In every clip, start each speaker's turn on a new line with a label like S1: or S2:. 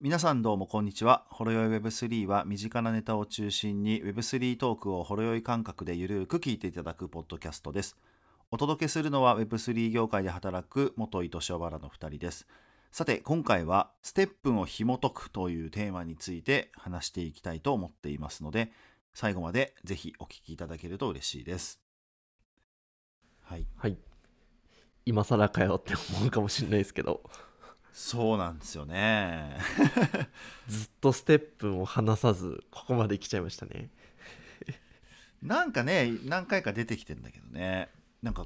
S1: 皆さんどうもこんにちは。ほろよい Web3 は身近なネタを中心に Web3 トークをほろよい感覚でゆるーく聞いていただくポッドキャストです。お届けするのは Web3 業界で働く元井敏夫原の2人です。さて今回は「ステップンを紐解く」というテーマについて話していきたいと思っていますので最後までぜひお聞きいただけると嬉しいです。はい、
S2: はい。今更かよって思うかもしれないですけど、
S1: そうなんですよね。
S2: ずっとステップンを離さず、ここまで来ちゃいましたね。
S1: なんかね何回か出てきてんだけどねなんか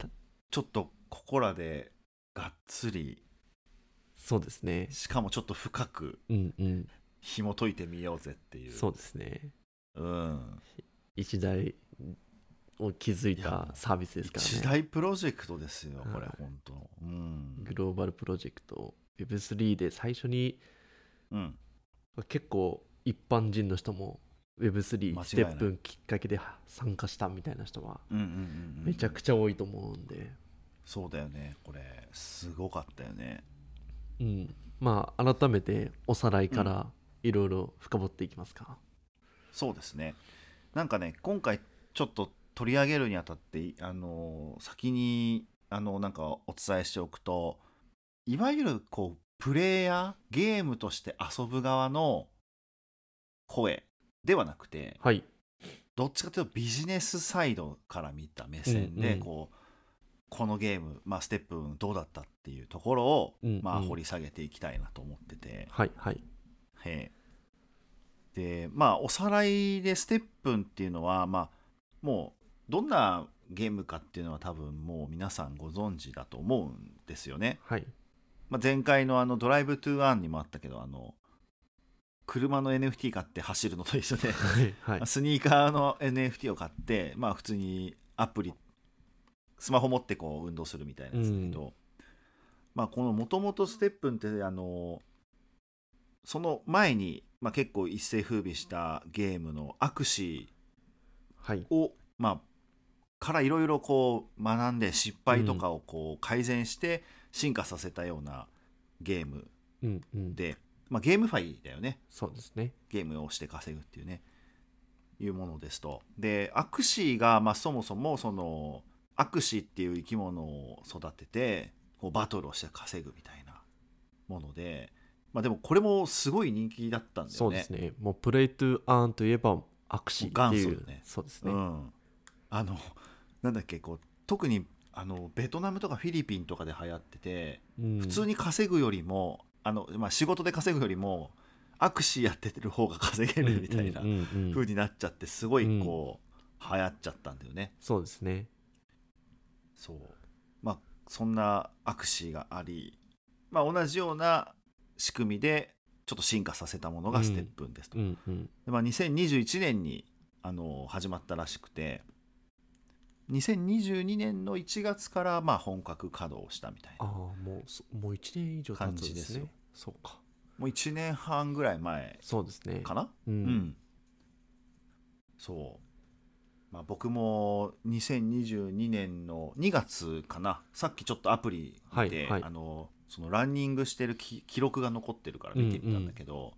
S1: ちょっとここらでがっつり
S2: そうですね。
S1: しかもちょっと深く
S2: うんうん。
S1: 紐解いてみようぜっていう
S2: そうですね。
S1: うん、
S2: 一大を築い
S1: いや
S2: たサービスですからね。
S1: 一大プロジェクトですよこれ
S2: はい
S1: 本当うん
S2: グローバルプロジェクト Web3 で最初に
S1: うん
S2: 結構一般人の人も Web3
S1: 間違いない
S2: ステップンきっかけで参加したみたいな人は
S1: うんうんうんうん
S2: めちゃくちゃ多いと思うんで、
S1: そうだよねこれすごかったよね
S2: うん、まあ改めておさらいからいろいろ深掘っていきますか。
S1: そうですねなんかね今回ちょっと取り上げるにあたってあの先にあのなんかお伝えしておくといわゆるこうプレイヤーゲームとして遊ぶ側の声ではなくて
S2: はい
S1: どっちかというとビジネスサイドから見た目線で、
S2: うんうん
S1: こうこのゲーム、まあ、ステップどうだったっていうところを、
S2: うん
S1: まあ、
S2: うん
S1: 掘り下げていきたいなと思ってて。
S2: はいはい
S1: へえでまあおさらいでステップンっていうのはまあもうどんなゲームかっていうのは多分もう皆さんご存知だと思うんですよね。
S2: はい
S1: まあ、前回のあのドライブトゥーアンにもあったけどあの車の NFT 買って走るのと一緒で
S2: はいはい
S1: まあスニーカーの NFT を買って、まあ、普通にアプリスマホ持ってこう運動するみたいなやつだけど、まあ、このもともとステップンってあのその前に、まあ、結構一世風靡したゲームのアクシ
S2: はい
S1: ーを、まあ、からいろいろこう学んで失敗とかをこう改善して進化させたようなゲーム
S2: うんうん
S1: で、まあ、ゲームファイだよね
S2: そうですね
S1: ゲームをして稼ぐっていうねいうものですとでアクシーが、まあ、そもそもそのアクシーっていう生き物を育ててこうバトルをして稼ぐみたいなもので、まあ、でもこれもすごい人気だったんだよね。
S2: そうですねもうプレイトゥーアーンといえばアクシーってい
S1: 元祖
S2: う
S1: だね
S2: そうです
S1: う
S2: ね
S1: ん、あのなんだっけこう特にあのベトナムとかフィリピンとかで流行ってて
S2: 普
S1: 普通に稼ぐよりもあの、まあ、仕事で稼ぐよりもアクシーやってる方が稼げるみたいな風になっちゃってすごいこう、流行っちゃったんだよね
S2: そうですね
S1: そうまあそんなアクシーがあり、まあ、同じような仕組みでちょっと進化させたものがステップンですと、
S2: うんうん
S1: でまあ、2021年にあの始まったらしくて2022年の1月からまあ本格稼働したみたい
S2: ああ
S1: な
S2: もうそもう1年以上経
S1: 感
S2: つん
S1: じ
S2: で
S1: です
S2: す
S1: よ
S2: ねそうか
S1: もう1年半ぐらい前
S2: そうですね
S1: かな、
S2: う
S1: うんん、そう、まあ、僕も2022年の2月かなさっきちょっとアプリ見て、
S2: はいはい
S1: あのそのランニングしてるき記録が残ってるから見てみたんだけど、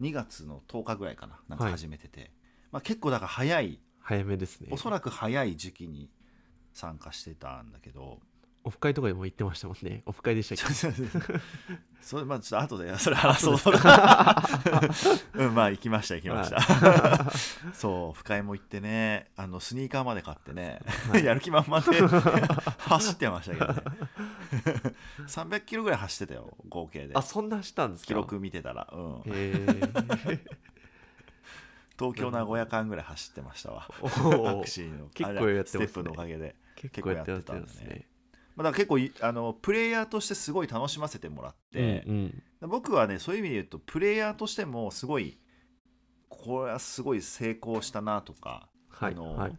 S1: 2月の10日ぐらいかななんか
S2: はい
S1: 始めてて、まあ、結構だから早い
S2: 早めですね
S1: おそらく早い時期に参加してたんだけど、
S2: オフ会とかでも行ってましたもんねオフ会でしたっけ
S1: それまあちょっと後でそれ争うそれ うんまあ行きました行きました、 そう深井も行ってねあのスニーカーまで買ってね、やる気満々で 走ってましたけどね 300キロぐらい走ってたよ合計で
S2: あそんなしたんですか
S1: 記録見てたら、うん、
S2: へ え
S1: 東京名古屋間ぐらい走ってましたわ
S2: お
S1: タ
S2: ー
S1: クシーの
S2: 結構
S1: あれ
S2: やってますね
S1: ステップのおかげで、
S2: 結構やってたんですね
S1: まあ、だから結構いあのプレイヤーとしてすごい楽しませてもらって、
S2: うんうん
S1: 僕はねそういう意味で言うとプレイヤーとしてもすごいこれはすごい成功したなとか
S2: は
S1: あ
S2: い
S1: の
S2: はい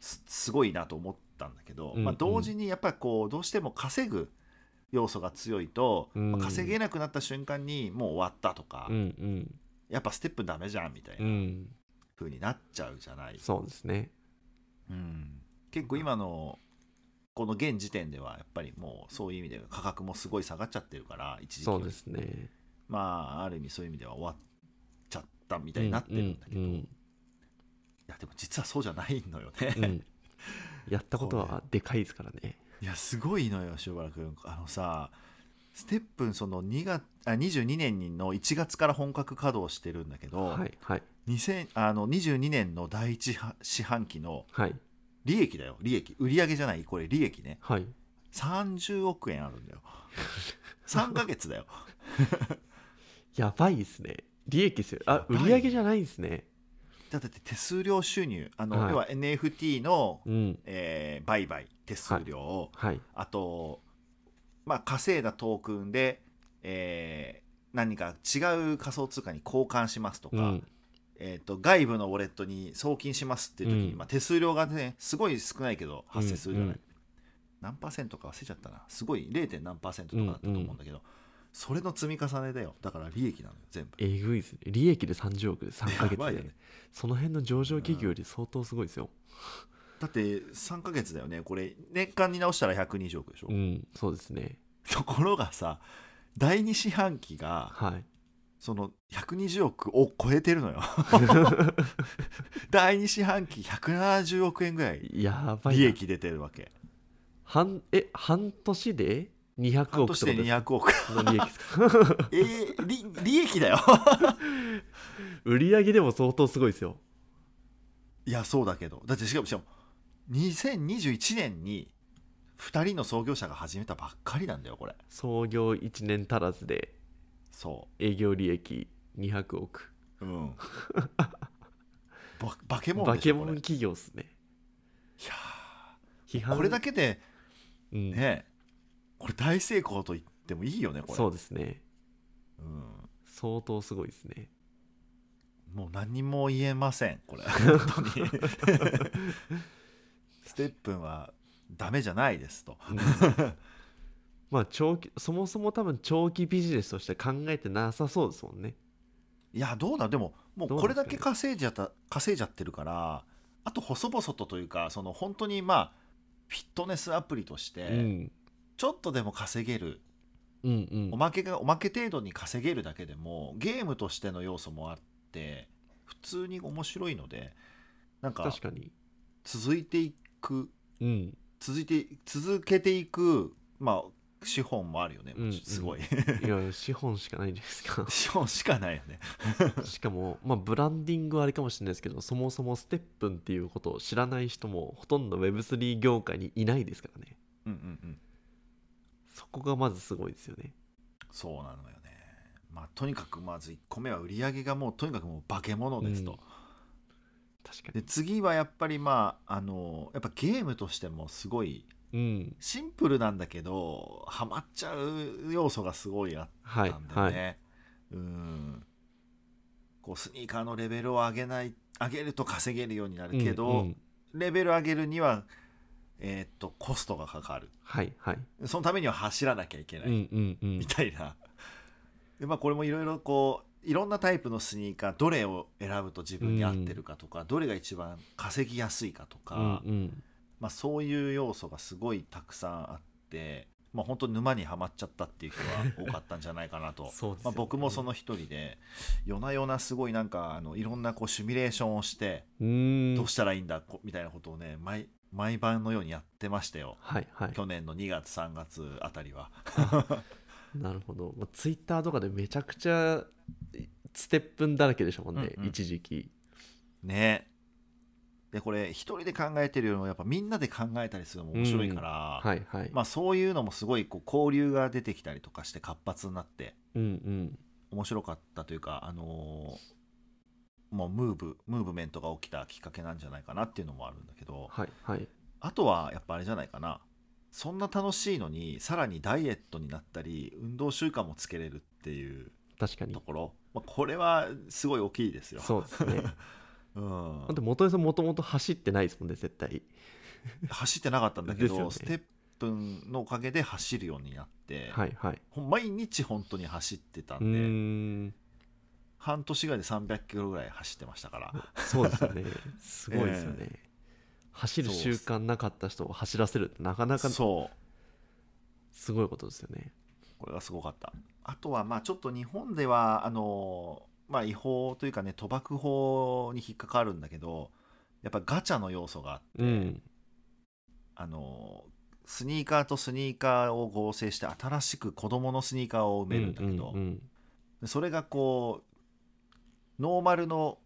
S1: すすごいなと思ったんだけど、
S2: うん
S1: まあ、
S2: うん
S1: 同時にやっぱりこうどうしても稼ぐ要素が強いと、
S2: うん
S1: まあ稼げなくなった瞬間にもう終わったとか、
S2: うん
S1: やっぱステップダメじゃんみたい
S2: うんう
S1: なん風になっちゃうじゃない、
S2: そうですね
S1: うん結構今のこの現時点ではやっぱりもうそういう意味では価格もすごい下がっちゃってるから一時期
S2: そう
S1: より
S2: ですね
S1: まあある意味そういう意味では終わっちゃったみたいになってるんだけど、
S2: う
S1: い
S2: ん
S1: やでも実はそうじゃないのよね、
S2: うんうんやったこと
S1: そう
S2: はでかいですからね。
S1: いやすごいのよ塩原くんあのさステップンその2月あ22年の1月から本格稼働してるんだけど、
S2: はいはい
S1: 2000あの22年の第一は四半期の
S2: はい
S1: 利益だよ利益売上じゃないこれ利益ね
S2: はい。
S1: 30億円あるんだ よ3ヶ月だよ
S2: やばいですね。利益ですよ。あ、
S1: や
S2: 売
S1: ばい
S2: り上げじゃないんですね。
S1: だって手数料収入あの、
S2: はい
S1: 要は NFT の、
S2: うん。
S1: えー売買手数料を、
S2: はい。
S1: あと、まあ、稼いだトークンで、えー何か違う仮想通貨に交換しますとか、
S2: うん。
S1: えー、と外部のウォレットに送金しますっていう時に、
S2: うん
S1: まあ、手数料がねすごい少ないけど発生するじゃない、
S2: うん
S1: 何パーセントか忘れちゃったなすごい 0. 点何パーセントとかだったと思うんだけど、それの積み重ねだよだから利益なのよ全部
S2: えぐいですね。利益で30億で3ヶ
S1: やば
S2: 月
S1: いよ
S2: で
S1: ね。
S2: その辺の上場企業より相当すごいですよ。
S1: だって3ヶ月だよねこれ年間に直したら120億でしょ、
S2: うん。そうですね。
S1: ところがさ第2四半期が
S2: はい。
S1: その120億を超えてるの よ第2四半期170億円ぐらい
S2: やばいな。
S1: 利益出てるわけ
S2: 半え半年で200
S1: 半
S2: 億
S1: 年
S2: と
S1: で
S2: かですか
S1: 200億
S2: の利益ですか
S1: えー、利利益だよ
S2: 売り上げでも相当すごいですよ
S1: いやそうだけどだってしかもしかも2021年に2人の創業者が始めたばっかりなんだよこれ
S2: 創業1年足らずで
S1: そ
S2: 営業利益200億
S1: ううんば化け物
S2: 化
S1: でし
S2: け
S1: ょこ
S2: 物
S1: れいや
S2: 企業ですね批
S1: ー
S2: 判
S1: これだけで
S2: うん
S1: ねこれ大成功と言ってもいいよねこれ
S2: そうですね
S1: うん
S2: 相当すごいですね
S1: もう何も言えません これ本当に ステップンはダメじゃないですと
S2: まあ長期そもそも多分長期ビジネスとして考えてなさそうですもんね
S1: いやどうだでももう
S2: どうなん
S1: これだ
S2: で
S1: け
S2: すか
S1: 稼いじゃった、稼いじゃってるからあと細々とというかその本当にまあフィットネスアプリとして、
S2: うん
S1: ちょっとでも稼げる
S2: うんうん
S1: おまけがおまけ程度に稼げるだけでもゲームとしての要素もあって普通に面白いのでなんか
S2: 確かに
S1: 続いていく
S2: うん
S1: 続いて続けていく、まあ、資本もあるよね、
S2: うん
S1: すごい
S2: いや資本しかないじゃないですか
S1: 資本しかないよね
S2: しかも、まあ、ブランディングはあれかもしれないですけどそもそもステップンっていうことを知らない人もほとんど Web3 業界にいないですからね
S1: うんうんうん
S2: そこがまずすごいですよね
S1: そうなのよねまあとにかくまず1個目は売り上げがもうとにかくもう化け物ですと、
S2: 確か
S1: で次はやっぱりまああのやっぱゲームとしてもすごい
S2: にうん
S1: シンプルなんだけどハマっちゃう要素がすごいあっ
S2: はい
S1: なんだ
S2: は
S1: よ
S2: い、
S1: ね、うんこうスニーカーのレベルを上げない上げると稼げるようになるけど、
S2: うんうん
S1: レベル上げるには、えーっとコストがかかる
S2: はいはい
S1: そのためには走らなきゃいけない、
S2: うんうんうん
S1: みたいなで、まあ、これもいろいろこういろんなタイプのスニーカーどれを選ぶと自分に合ってるかとか、どれが一番稼ぎやすいかとか、
S2: うんうん
S1: まあ、そういう要素がすごいたくさんあって、まあ、本当に沼にはまっちゃったっていう人が多かったんじゃないかなと。
S2: そうです
S1: まあ、僕もそ
S2: の
S1: の一人で夜な夜なすごいなんかあのいろんなこうシミュレーションをして
S2: うーん
S1: どうしたらいいんだこみたいなことをね毎毎晩のようにやってましたよ
S2: はいはい
S1: 去年の2月3月あたりは
S2: なるほど、まあ、ツイッターとかでめちゃくちゃステップンだらけでしたもんね、
S1: うんうん
S2: 一時期
S1: ねでこれ一人で考えてるよりもやっぱみんなで考えたりするのも面白いから、
S2: はいはい、
S1: まあ、そういうのもすごいこう交流が出てきたりとかして活発になって
S2: うんうん
S1: 面白かったというかあのーもうムーブムーブメントが起きたきっかけなんじゃないかなっていうのもあるんだけど
S2: はいはい
S1: あとはやっぱあれじゃないかなそんな楽しいのにさらにダイエットになったり運動習慣もつけれるっていう
S2: 確かに
S1: ところ、まあ、これはすごい大きいですよ。
S2: そうですね
S1: うん
S2: だっ、て元井さんもともと走ってないですもんね絶対
S1: 走ってなかったんだけ
S2: です
S1: ど、
S2: よね
S1: ステップンのおかげで走るようになって、
S2: はいはい
S1: ほん毎日本当に走ってた
S2: うー
S1: んで、
S2: ん
S1: 半年ぐらいで300キロぐらい走ってましたから
S2: そうですよ ねすごいですよね、走る習慣なかった人を走らせるってなかなか
S1: そう
S2: すごいことですよね
S1: これがすごかったあとはまあちょっと日本ではあのまあ違法というかね賭博法に引っかかるんだけどやっぱガチャの要素があって
S2: うん。
S1: あのスニーカーとスニーカーを合成して新しく子供のスニーカーを埋めるんだけど、
S2: うんうん
S1: でそれがこうノーマルの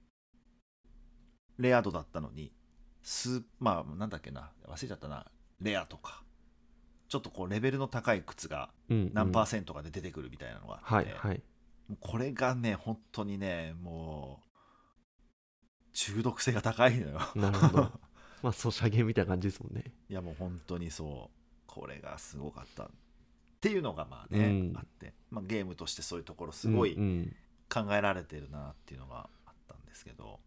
S1: レア度だったのにスまあなんだっけな忘れちゃったなレアとかちょっとこうレベルの高い靴が
S2: うんうん
S1: 何パーセントかで出てくるみたいなのがあ
S2: は
S1: っ
S2: い
S1: て、
S2: はい。
S1: もうこれがね本当にねもう中毒性が高いのよ
S2: なるほど。 まあ、ソシャゲみたいな感じですもんね。
S1: いやもう本当にそうこれがすごかったっていうのがまあね、
S2: うん
S1: あって、まあ、ゲームとしてそういうところすごい
S2: うんうん
S1: 考えられてるなっていうのがあったんですけど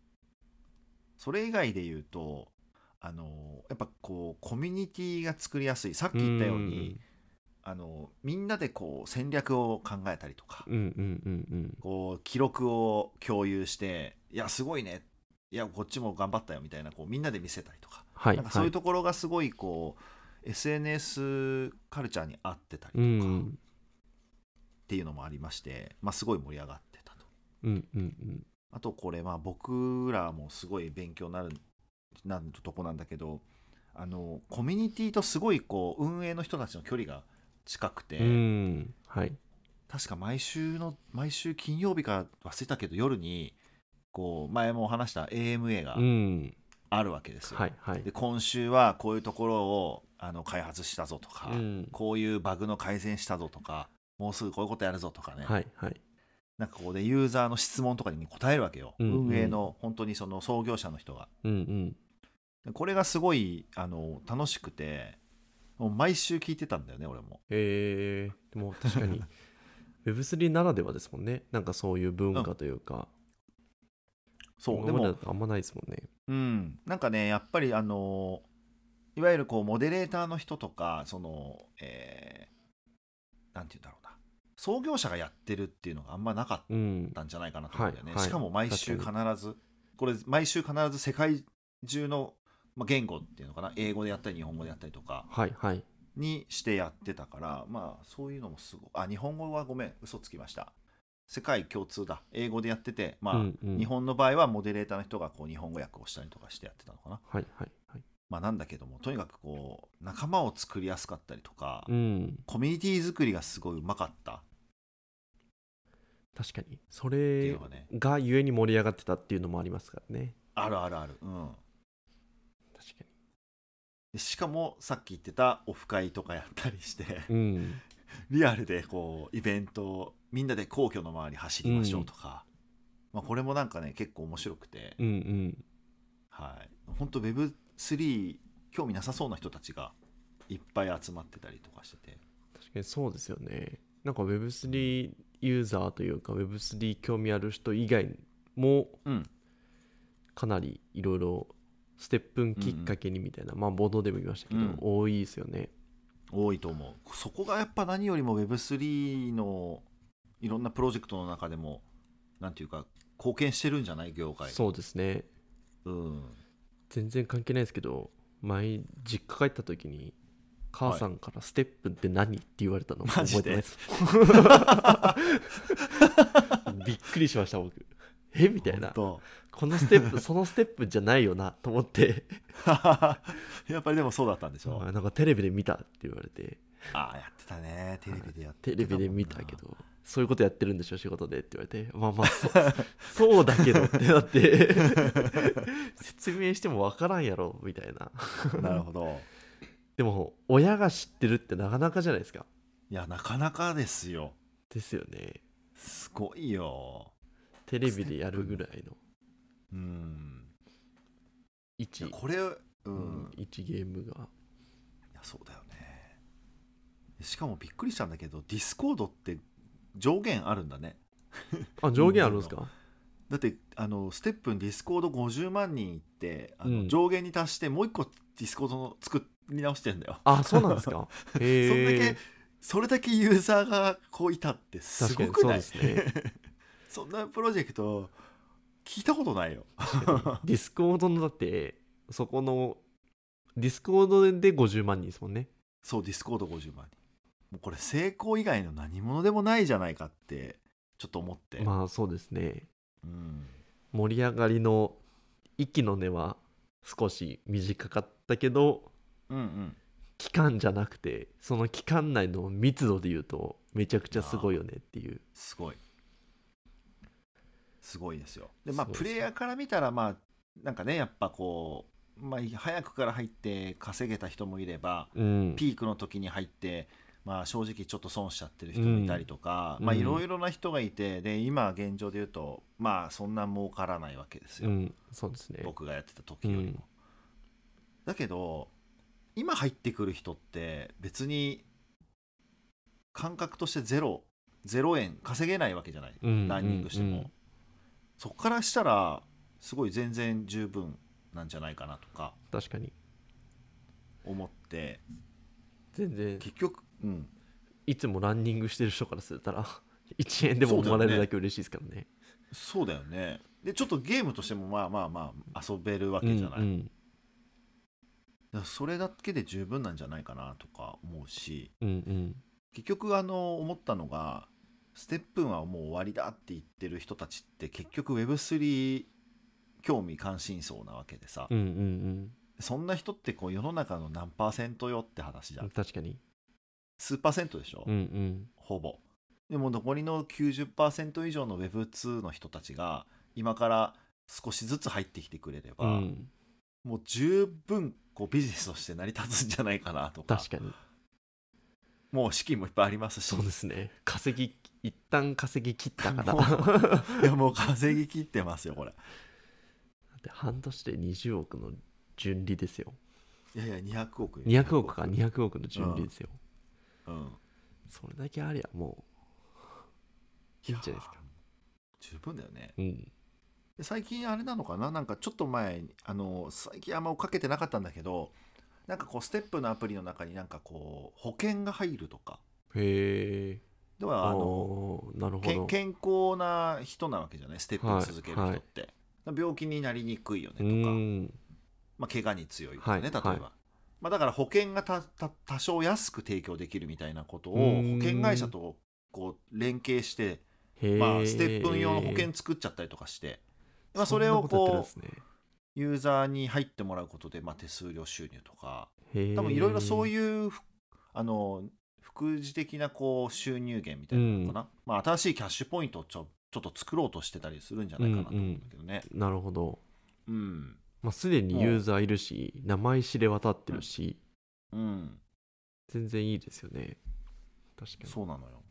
S1: それ以外で言うとあのやっぱこうコミュニティが作りやすいさっき言ったように、あのみんなでこう戦略を考えたりとか、
S2: うんうんうんうん
S1: こう記録を共有していやすごいねいやこっちも頑張ったよみたいなこうみんなで見せたりとか,、
S2: はい
S1: なんかそういう
S2: と
S1: ところがすごいこう SNS カルチャーに合ってたりと
S2: う
S1: か、
S2: んう
S1: っ
S2: ん
S1: ていうのもありまして、まあ、すごい盛り上がってたと。
S2: うんうん
S1: あとこれまあ僕らもすごい勉強になるなるとこなんだけどあのコミュニティとすごいこう運営の人たちの距離が近くて、
S2: うんはい
S1: 確か毎週の毎週金曜日か忘れたけど夜にこう前もお話した AMA が
S2: うん
S1: あるわけですよ。
S2: はいはい
S1: で今週はこういうところをあの開発したぞとか、
S2: うん
S1: こういうバグの改善したぞとかもうすぐこういうことやるぞとかね、
S2: はいはい
S1: なんかここでユーザーの質問とかに答えるわけよ、
S2: うんうん
S1: 運営の本当にその創業者の人が
S2: うんうん
S1: でこれがすごいあの楽しくてもう毎週聞いてたんだよね俺も
S2: えー、でも確 かに Web3 ならではですもんねなんかそういう文化というか、
S1: そうで
S2: 今までだ
S1: も
S2: とあんまないですもんね
S1: うんなんかねやっぱりあのいわゆるこうモデレーターの人とかそのえーなんて言うんだろうな創業者がやってるっていうのがあんまなかっ
S2: うん
S1: たんじゃないかなと思うんだよね、
S2: はいはい
S1: しかも毎週必ずこれ毎週必ず世界中のまあ言語っていうのかな英語でやったり日本語でやったりとか
S2: はいはい
S1: にしてやってたからまあそういうのもすごいあ日本語はごめん嘘つきました世界共通だ英語でやっててまあ、
S2: うんうん
S1: 日本の場合はモデレーターの人がこう日本語訳をしたりとかしてやってたのかな
S2: はいはいはい
S1: まあなんだけどもとにかくこう仲間を作りやすかったりとか、
S2: うん
S1: コミュニティ作りがすごいうまかったっ
S2: 確かにそ
S1: ていう
S2: れ
S1: のがね、
S2: がゆえに盛り上がってたっていうのもありますからね
S1: あるあるあるうん
S2: 確か
S1: でしかもさっき言ってたオフ会とかやったりして
S2: にうん
S1: リアルでこうイベントをみんなで皇居の周り走りましょうとか、まあ、これもなんかね結構面白くて、
S2: うんうん
S1: はい、本当 Web3 興味なさそうな人たちがいっぱい集まってたりとかしてて
S2: 確かにそうですよね。なんか Web3 ユーザーというか Web3 興味ある人以外も
S1: うん
S2: かなりいろいろステップンきっかけにみたいな、まあ冒頭でも言いましたけど、
S1: うん
S2: 多いですよね。
S1: 多いと思うそこがやっぱ何よりも Web3 のいろんなプロジェクトの中でもなんていうか貢献してるんじゃない業界
S2: そうですね。
S1: う、ん、
S2: 全然関係ないですけど前実家帰った時に母さんから「ステップンって何?」って言われたの
S1: マ
S2: 覚
S1: ジ
S2: えて
S1: で
S2: ないです びっくりしました僕えみたいな
S1: 本
S2: このステップそのステップじゃないよなと思って
S1: 当 やっぱりでもそうだったんでしょう
S2: あなんかテレビで見たって言われて
S1: ああやってたねテレビでやって
S2: テ
S1: た
S2: レビで見たけどそういうことやってるんでしょ仕事でって言われてまあまあそう そうだけどってなって 説明しても分からんやろみたいな
S1: どなるほど
S2: でも親が知ってるってなかなかじゃないですか
S1: いやなかなかですよ
S2: ですよね
S1: すごいよ
S2: テレビでやるぐらいの
S1: うんいや
S2: 1、
S1: これう
S2: うんん、一ゲーム
S1: い
S2: が
S1: やそうだよねしかもびっくりしたんだけどディスコードって上限あるんだね
S2: あ上限あるんですか
S1: だってあのステップンディスコード50万人いってあの、
S2: うん
S1: 上限に達してもう一個ディスコードの作り直してんだよ
S2: あ そうなんですかへ
S1: そんだけ
S2: え
S1: それだけユーザーがこういたってす
S2: 確
S1: ご
S2: かに
S1: く
S2: そう
S1: ない
S2: ですね
S1: そんなプロジェクト聞いたことないよ
S2: ディスコードのだってそこのディスコードで50万人ですもんね
S1: そうディスコード50万人もうこれ成功以外の何者でもないじゃないかってちょっと思って、
S2: まあそうですね
S1: うん、
S2: 盛り上がりの息の根は少し短かったけど
S1: うんうん
S2: 期間じゃなくてその期間内の密度で言うとめちゃくちゃすごいよねっていう
S1: すごいすごいですよでまあ
S2: そうです
S1: プ
S2: ね
S1: レイヤーから見たらまあなんかねやっぱこう、まあ、早くから入って稼げた人もいれば
S2: うん
S1: ピークの時に入って、まあ、正直ちょっと損しちゃってる人もいたりとか、
S2: うん
S1: まあ
S2: うん
S1: いろいろな人がいてで今現状で言うとまあそんな儲からないわけです
S2: う
S1: よ、
S2: んそうですね
S1: 僕がやってた時よりも、
S2: うん
S1: だけど今入ってくる人って別に感覚としてゼロゼロ円稼げないわけじゃない、
S2: うん
S1: ランニングしても、
S2: うん
S1: そこからしたらすごい全然十分なんじゃないかなとか
S2: 確かに
S1: 思って
S2: 全然
S1: 結局うん
S2: いつもランニングしてる人からする たら1円でももらえるだけ嬉しいですからね
S1: そうだよねでちょっとゲームとしてもまあまあまあ遊べるわけじゃない、
S2: うん
S1: だ
S2: うん
S1: からそれだけで十分なんじゃないかなとか思うし
S2: うん
S1: 結局あの思ったのがステップンはもう終わりだって言ってる人たちって結局 Web3 興味関心層なわけでさ、
S2: うんうんうん
S1: そんな人ってこう世の中の何パーセントよって話じゃ
S2: うん
S1: ん
S2: 確かに
S1: 数パーセントでしょ、
S2: うんうん
S1: ほぼでも残りの90%以上の Web2 の人たちが今から少しずつ入ってきてくれれば、
S2: うん
S1: もう十分こうビジネスとして成り立つんじゃないかなとか
S2: 確かに
S1: もう資金もいっぱいありますし
S2: そうですね稼ぎ一旦稼ぎ切ったから
S1: もう
S2: だ
S1: いやもう稼ぎ切ってますよこれ
S2: って半年 で20億の純利ですよ
S1: いやいや200億よ
S2: 200億か200億の純利ですよ、
S1: うん
S2: それだけありゃもういいんじゃないですか
S1: や十分だよね
S2: うん
S1: で最近あれなのかななんかちょっと前にあの最近あんま追っかけてなかったんだけどなんかこうステップのアプリの中になんかこう保険が入るとか
S2: へえ
S1: ではあの
S2: なるほ
S1: け
S2: ど
S1: ん健康な人なわけじゃないステップを続ける人って、病気になりにくいよね
S2: う
S1: とか、
S2: ん
S1: まあ、怪我に強いとかね、
S2: はい
S1: 例えば、
S2: はい
S1: まあ、だから保険がたた多少安く提供できるみたいなことを
S2: うーん
S1: 保険会社とこう連携して、
S2: へえ
S1: まあ、ステップン用の保険作っちゃったりとかして、まあ、それ
S2: んな
S1: を
S2: とやってるんで
S1: こ
S2: すね
S1: うユーザーに入ってもらうことで、まあ、手数料収入とか
S2: へえ
S1: 多分いろいろそう
S2: う
S1: いうふあの副次的なこう収入源みたいなのかな、まあ、新しいキャッシュポイントをちょちょっと作ろうとしてたりするんじゃないかなと思うんだけどね。
S2: なるほど、
S1: うん、
S2: まあ、すでにユーザーいるし名前知れ渡ってるし、
S1: うん、
S2: 全然いいですよね確かに
S1: そうなのよ。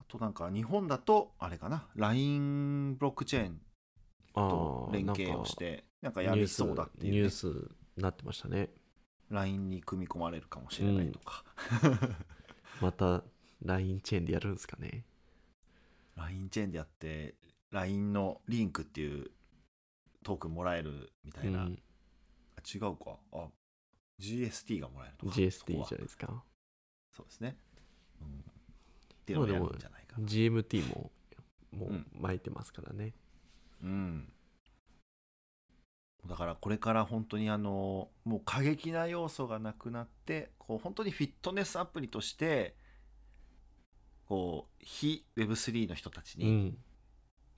S1: あとなんか日本だとあれかな LINE ブロックチェーン
S2: あ
S1: と
S2: ー
S1: 連携をしてなんかやりそうだってい
S2: ニ
S1: う、
S2: ュー
S1: ね、
S2: スニュースになってましたね
S1: LINE に組み込まれるかもしれないとか、
S2: また LINE チェーンでやるんですかね
S1: LINE チェーンでやって LINE のリンクっていうトークンもらえるみた
S2: う
S1: いな、
S2: ん
S1: あ違うかあ GST がもらえるとか
S2: GST
S1: そ
S2: じ
S1: こ
S2: ゃ
S1: は
S2: ないですか
S1: そうですね、うん、っていうのをやるんじゃないかな
S2: GMT ももう
S1: うん
S2: 巻いてますからね、
S1: うん、だからこれから本当にあのもう過激な要素がなくなってこう本当にフィットネスアプリとしてこう非 Web3 の人たち
S2: うん
S1: に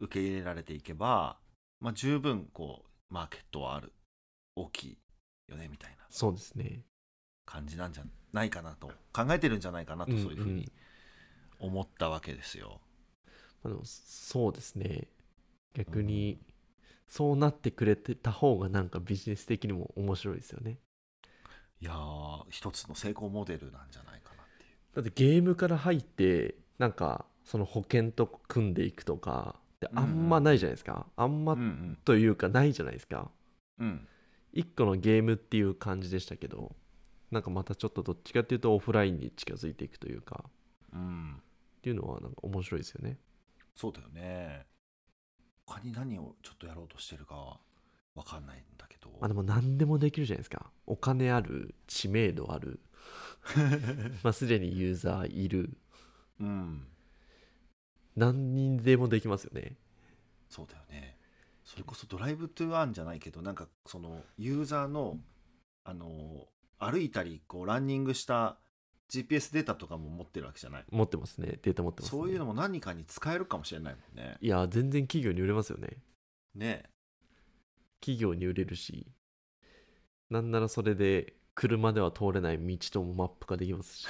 S1: 受け入れられていけば、まあ、十分こうマーケットはある大きいよねみたいな
S2: そうですね
S1: 感じなんじゃないかなと考えてるんじゃないかなとそういうふう
S2: うんうん
S1: に思ったわけですよ。
S2: まあでもそうですね逆にそうなってくれてた方がなんかビジネス的にも面白いですよね
S1: いやー一つの成功モデルなんじゃないかなっていう。
S2: だってゲームから入ってなんかその保険と組んでいくとかってあんまないじゃないですか、あんま
S1: うんうん
S2: というかないじゃないですか
S1: うん
S2: 一個のゲームっていう感じでしたけどなんかまたちょっとどっちかっていうとオフラインに近づいていくというか
S1: うん
S2: っていうのはなんか面白いですよね
S1: そうだよね。他に何をちょっとやろうとしてるかは分かんないんだけど。
S2: まあでも何でもできるじゃないですかお金ある知名度あ るまあすでにユーザーいる
S1: うん、
S2: 何人でもできますよね
S1: そうだよね。それこそドライブトゥワンじゃないけど、なんかそのユーザーの、あの、歩いたり、こう、ランニングした GPS データとかも持ってるわけじゃない、
S2: 持ってますねデータ持ってます、ね、
S1: そういうのも何かに使えるかもしれないもんね
S2: いや全然企業に売れますよね
S1: ね え
S2: 企業に売れるしなんならそれで車では通れない道ともマップ化できますし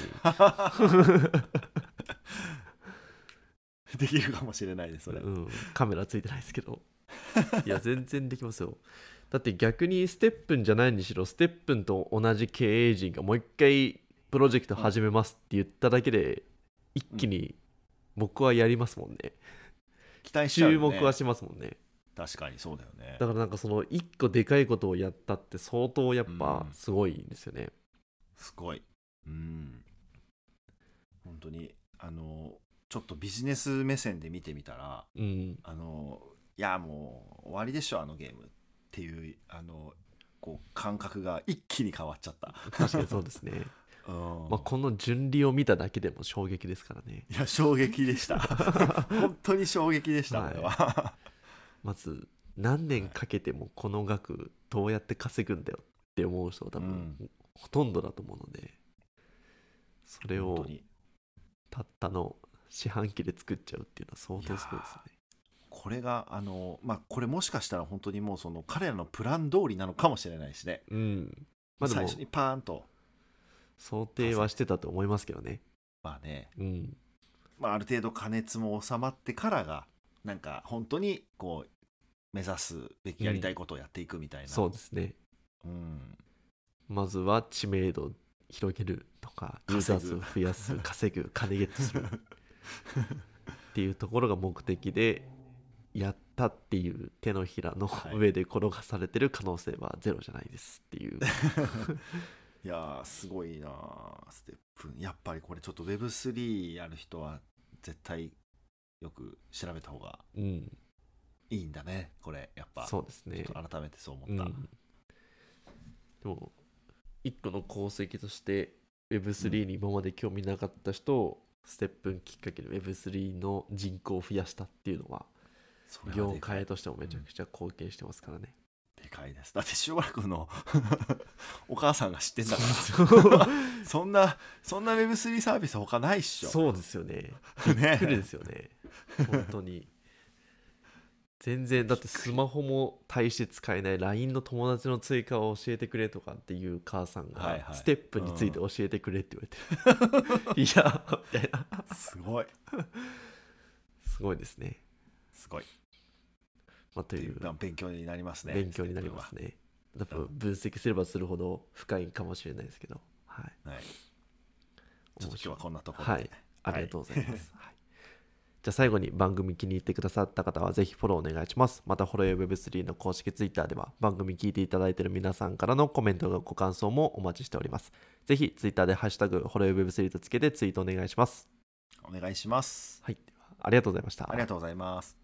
S1: できるかもしれないねそれ、
S2: うん、カメラついてないですけど いや全然できますよだって逆にステップンじゃないにしろステップンと同じ経営陣がもう一回プロジェクト始めますって言っただけで一気に僕はやりますもんね、
S1: 期待しちゃう
S2: 注
S1: よ
S2: 目
S1: ね
S2: はしますもんね
S1: 確かにそうだよね
S2: だからなんかその一個でかいことをやったって相当やっぱ
S1: うん
S2: すごいんですよね、
S1: すごいうん本当にあのちょっとビジネス目線で見てみたら
S2: うん、
S1: あのいやもう終わりでしょあのゲームっていうあのこう感覚が一気に変わっちゃった、
S2: 確かにそうですね。
S1: うん
S2: まあ、この順利を見ただけでも衝撃ですからね。
S1: いや衝撃でした 本当に衝撃でした、
S2: はい
S1: これは
S2: まず、何年かけてもこの額どうやって稼ぐんだよって思う人は多分、ほとんどだと思うので、それ
S1: 本当
S2: を
S1: に
S2: たったの四半期で作っちゃうっていうのは相当すごいですね。
S1: これがあのまあこれもしかしたら本当にもうその彼らのプラン通りなのかもしれないしね、
S2: うん。まあで
S1: 最
S2: も
S1: 初、にパーンと
S2: 想定はしてたと思いますけどね。
S1: まあね
S2: うん。
S1: まあ、ある程度加熱も収まってからがなんか本当にこう目指すべきやりたいことをやっていくみたいな、
S2: そうですね。
S1: うん
S2: まずは知名度を広げるとか、ユーザー数
S1: 稼
S2: を
S1: ぐ
S2: 増やす、稼ぐ、金ゲットするっていうところが目的で、やったっていう手のひらの
S1: はい
S2: 上で転がされてる可能性はゼロじゃないですっていう。
S1: いやーすごいなーステップやっぱりこれちょっと Web3 やる人は絶対よく調べた方が
S2: うん、
S1: いいんだねこれやっぱ
S2: そうですね
S1: ち。ょっと改めてそう思
S2: う
S1: った、
S2: ん、でも、一個の功績として、Web3 に今まで興味なかった人を、ステップンきっかけで Web3 の人口を増やしたっていうのは、
S1: それは
S2: 業
S1: でかい
S2: 界としてもめちゃくちゃ貢献してますからね。
S1: でかいですだってしばらくの お母さんが知ってんだから
S2: そう
S1: そんなそんな Web3 サービス他ないっしょ
S2: そうですよね。
S1: うね
S2: 来るですよね。本当に。全然、だってスマホも大して使えない LINE の友達の追加を教えてくれとかっていう母さん
S1: はい
S2: が
S1: はい
S2: ステップについて教えてくれって言わ れて、いや、みたいな。
S1: すごい
S2: すごいですね。
S1: すごい
S2: まあ、と
S1: って
S2: い
S1: いううのは勉強になりますね。
S2: 勉強になりますね。多分分析すればするほど深いかもしれないですけど、はい。
S1: はい。ちょっと
S2: 面
S1: 今日
S2: 白い
S1: はこんなところで。
S2: はい、ありがとうございます。はいじゃあ最後に番組気に入ってくださった方はぜひフォローお願いします。また、ホロヨ Web3 の公式 Twitter では番組聞いていただいている皆さんからのコメントやご感想もお待ちしております。ぜひ Twitter でハッシュタグホロヨ Web3 とつけてツイートお願いします。
S1: お願いします。
S2: はい、ではありがとうございました。
S1: ありがとうございます。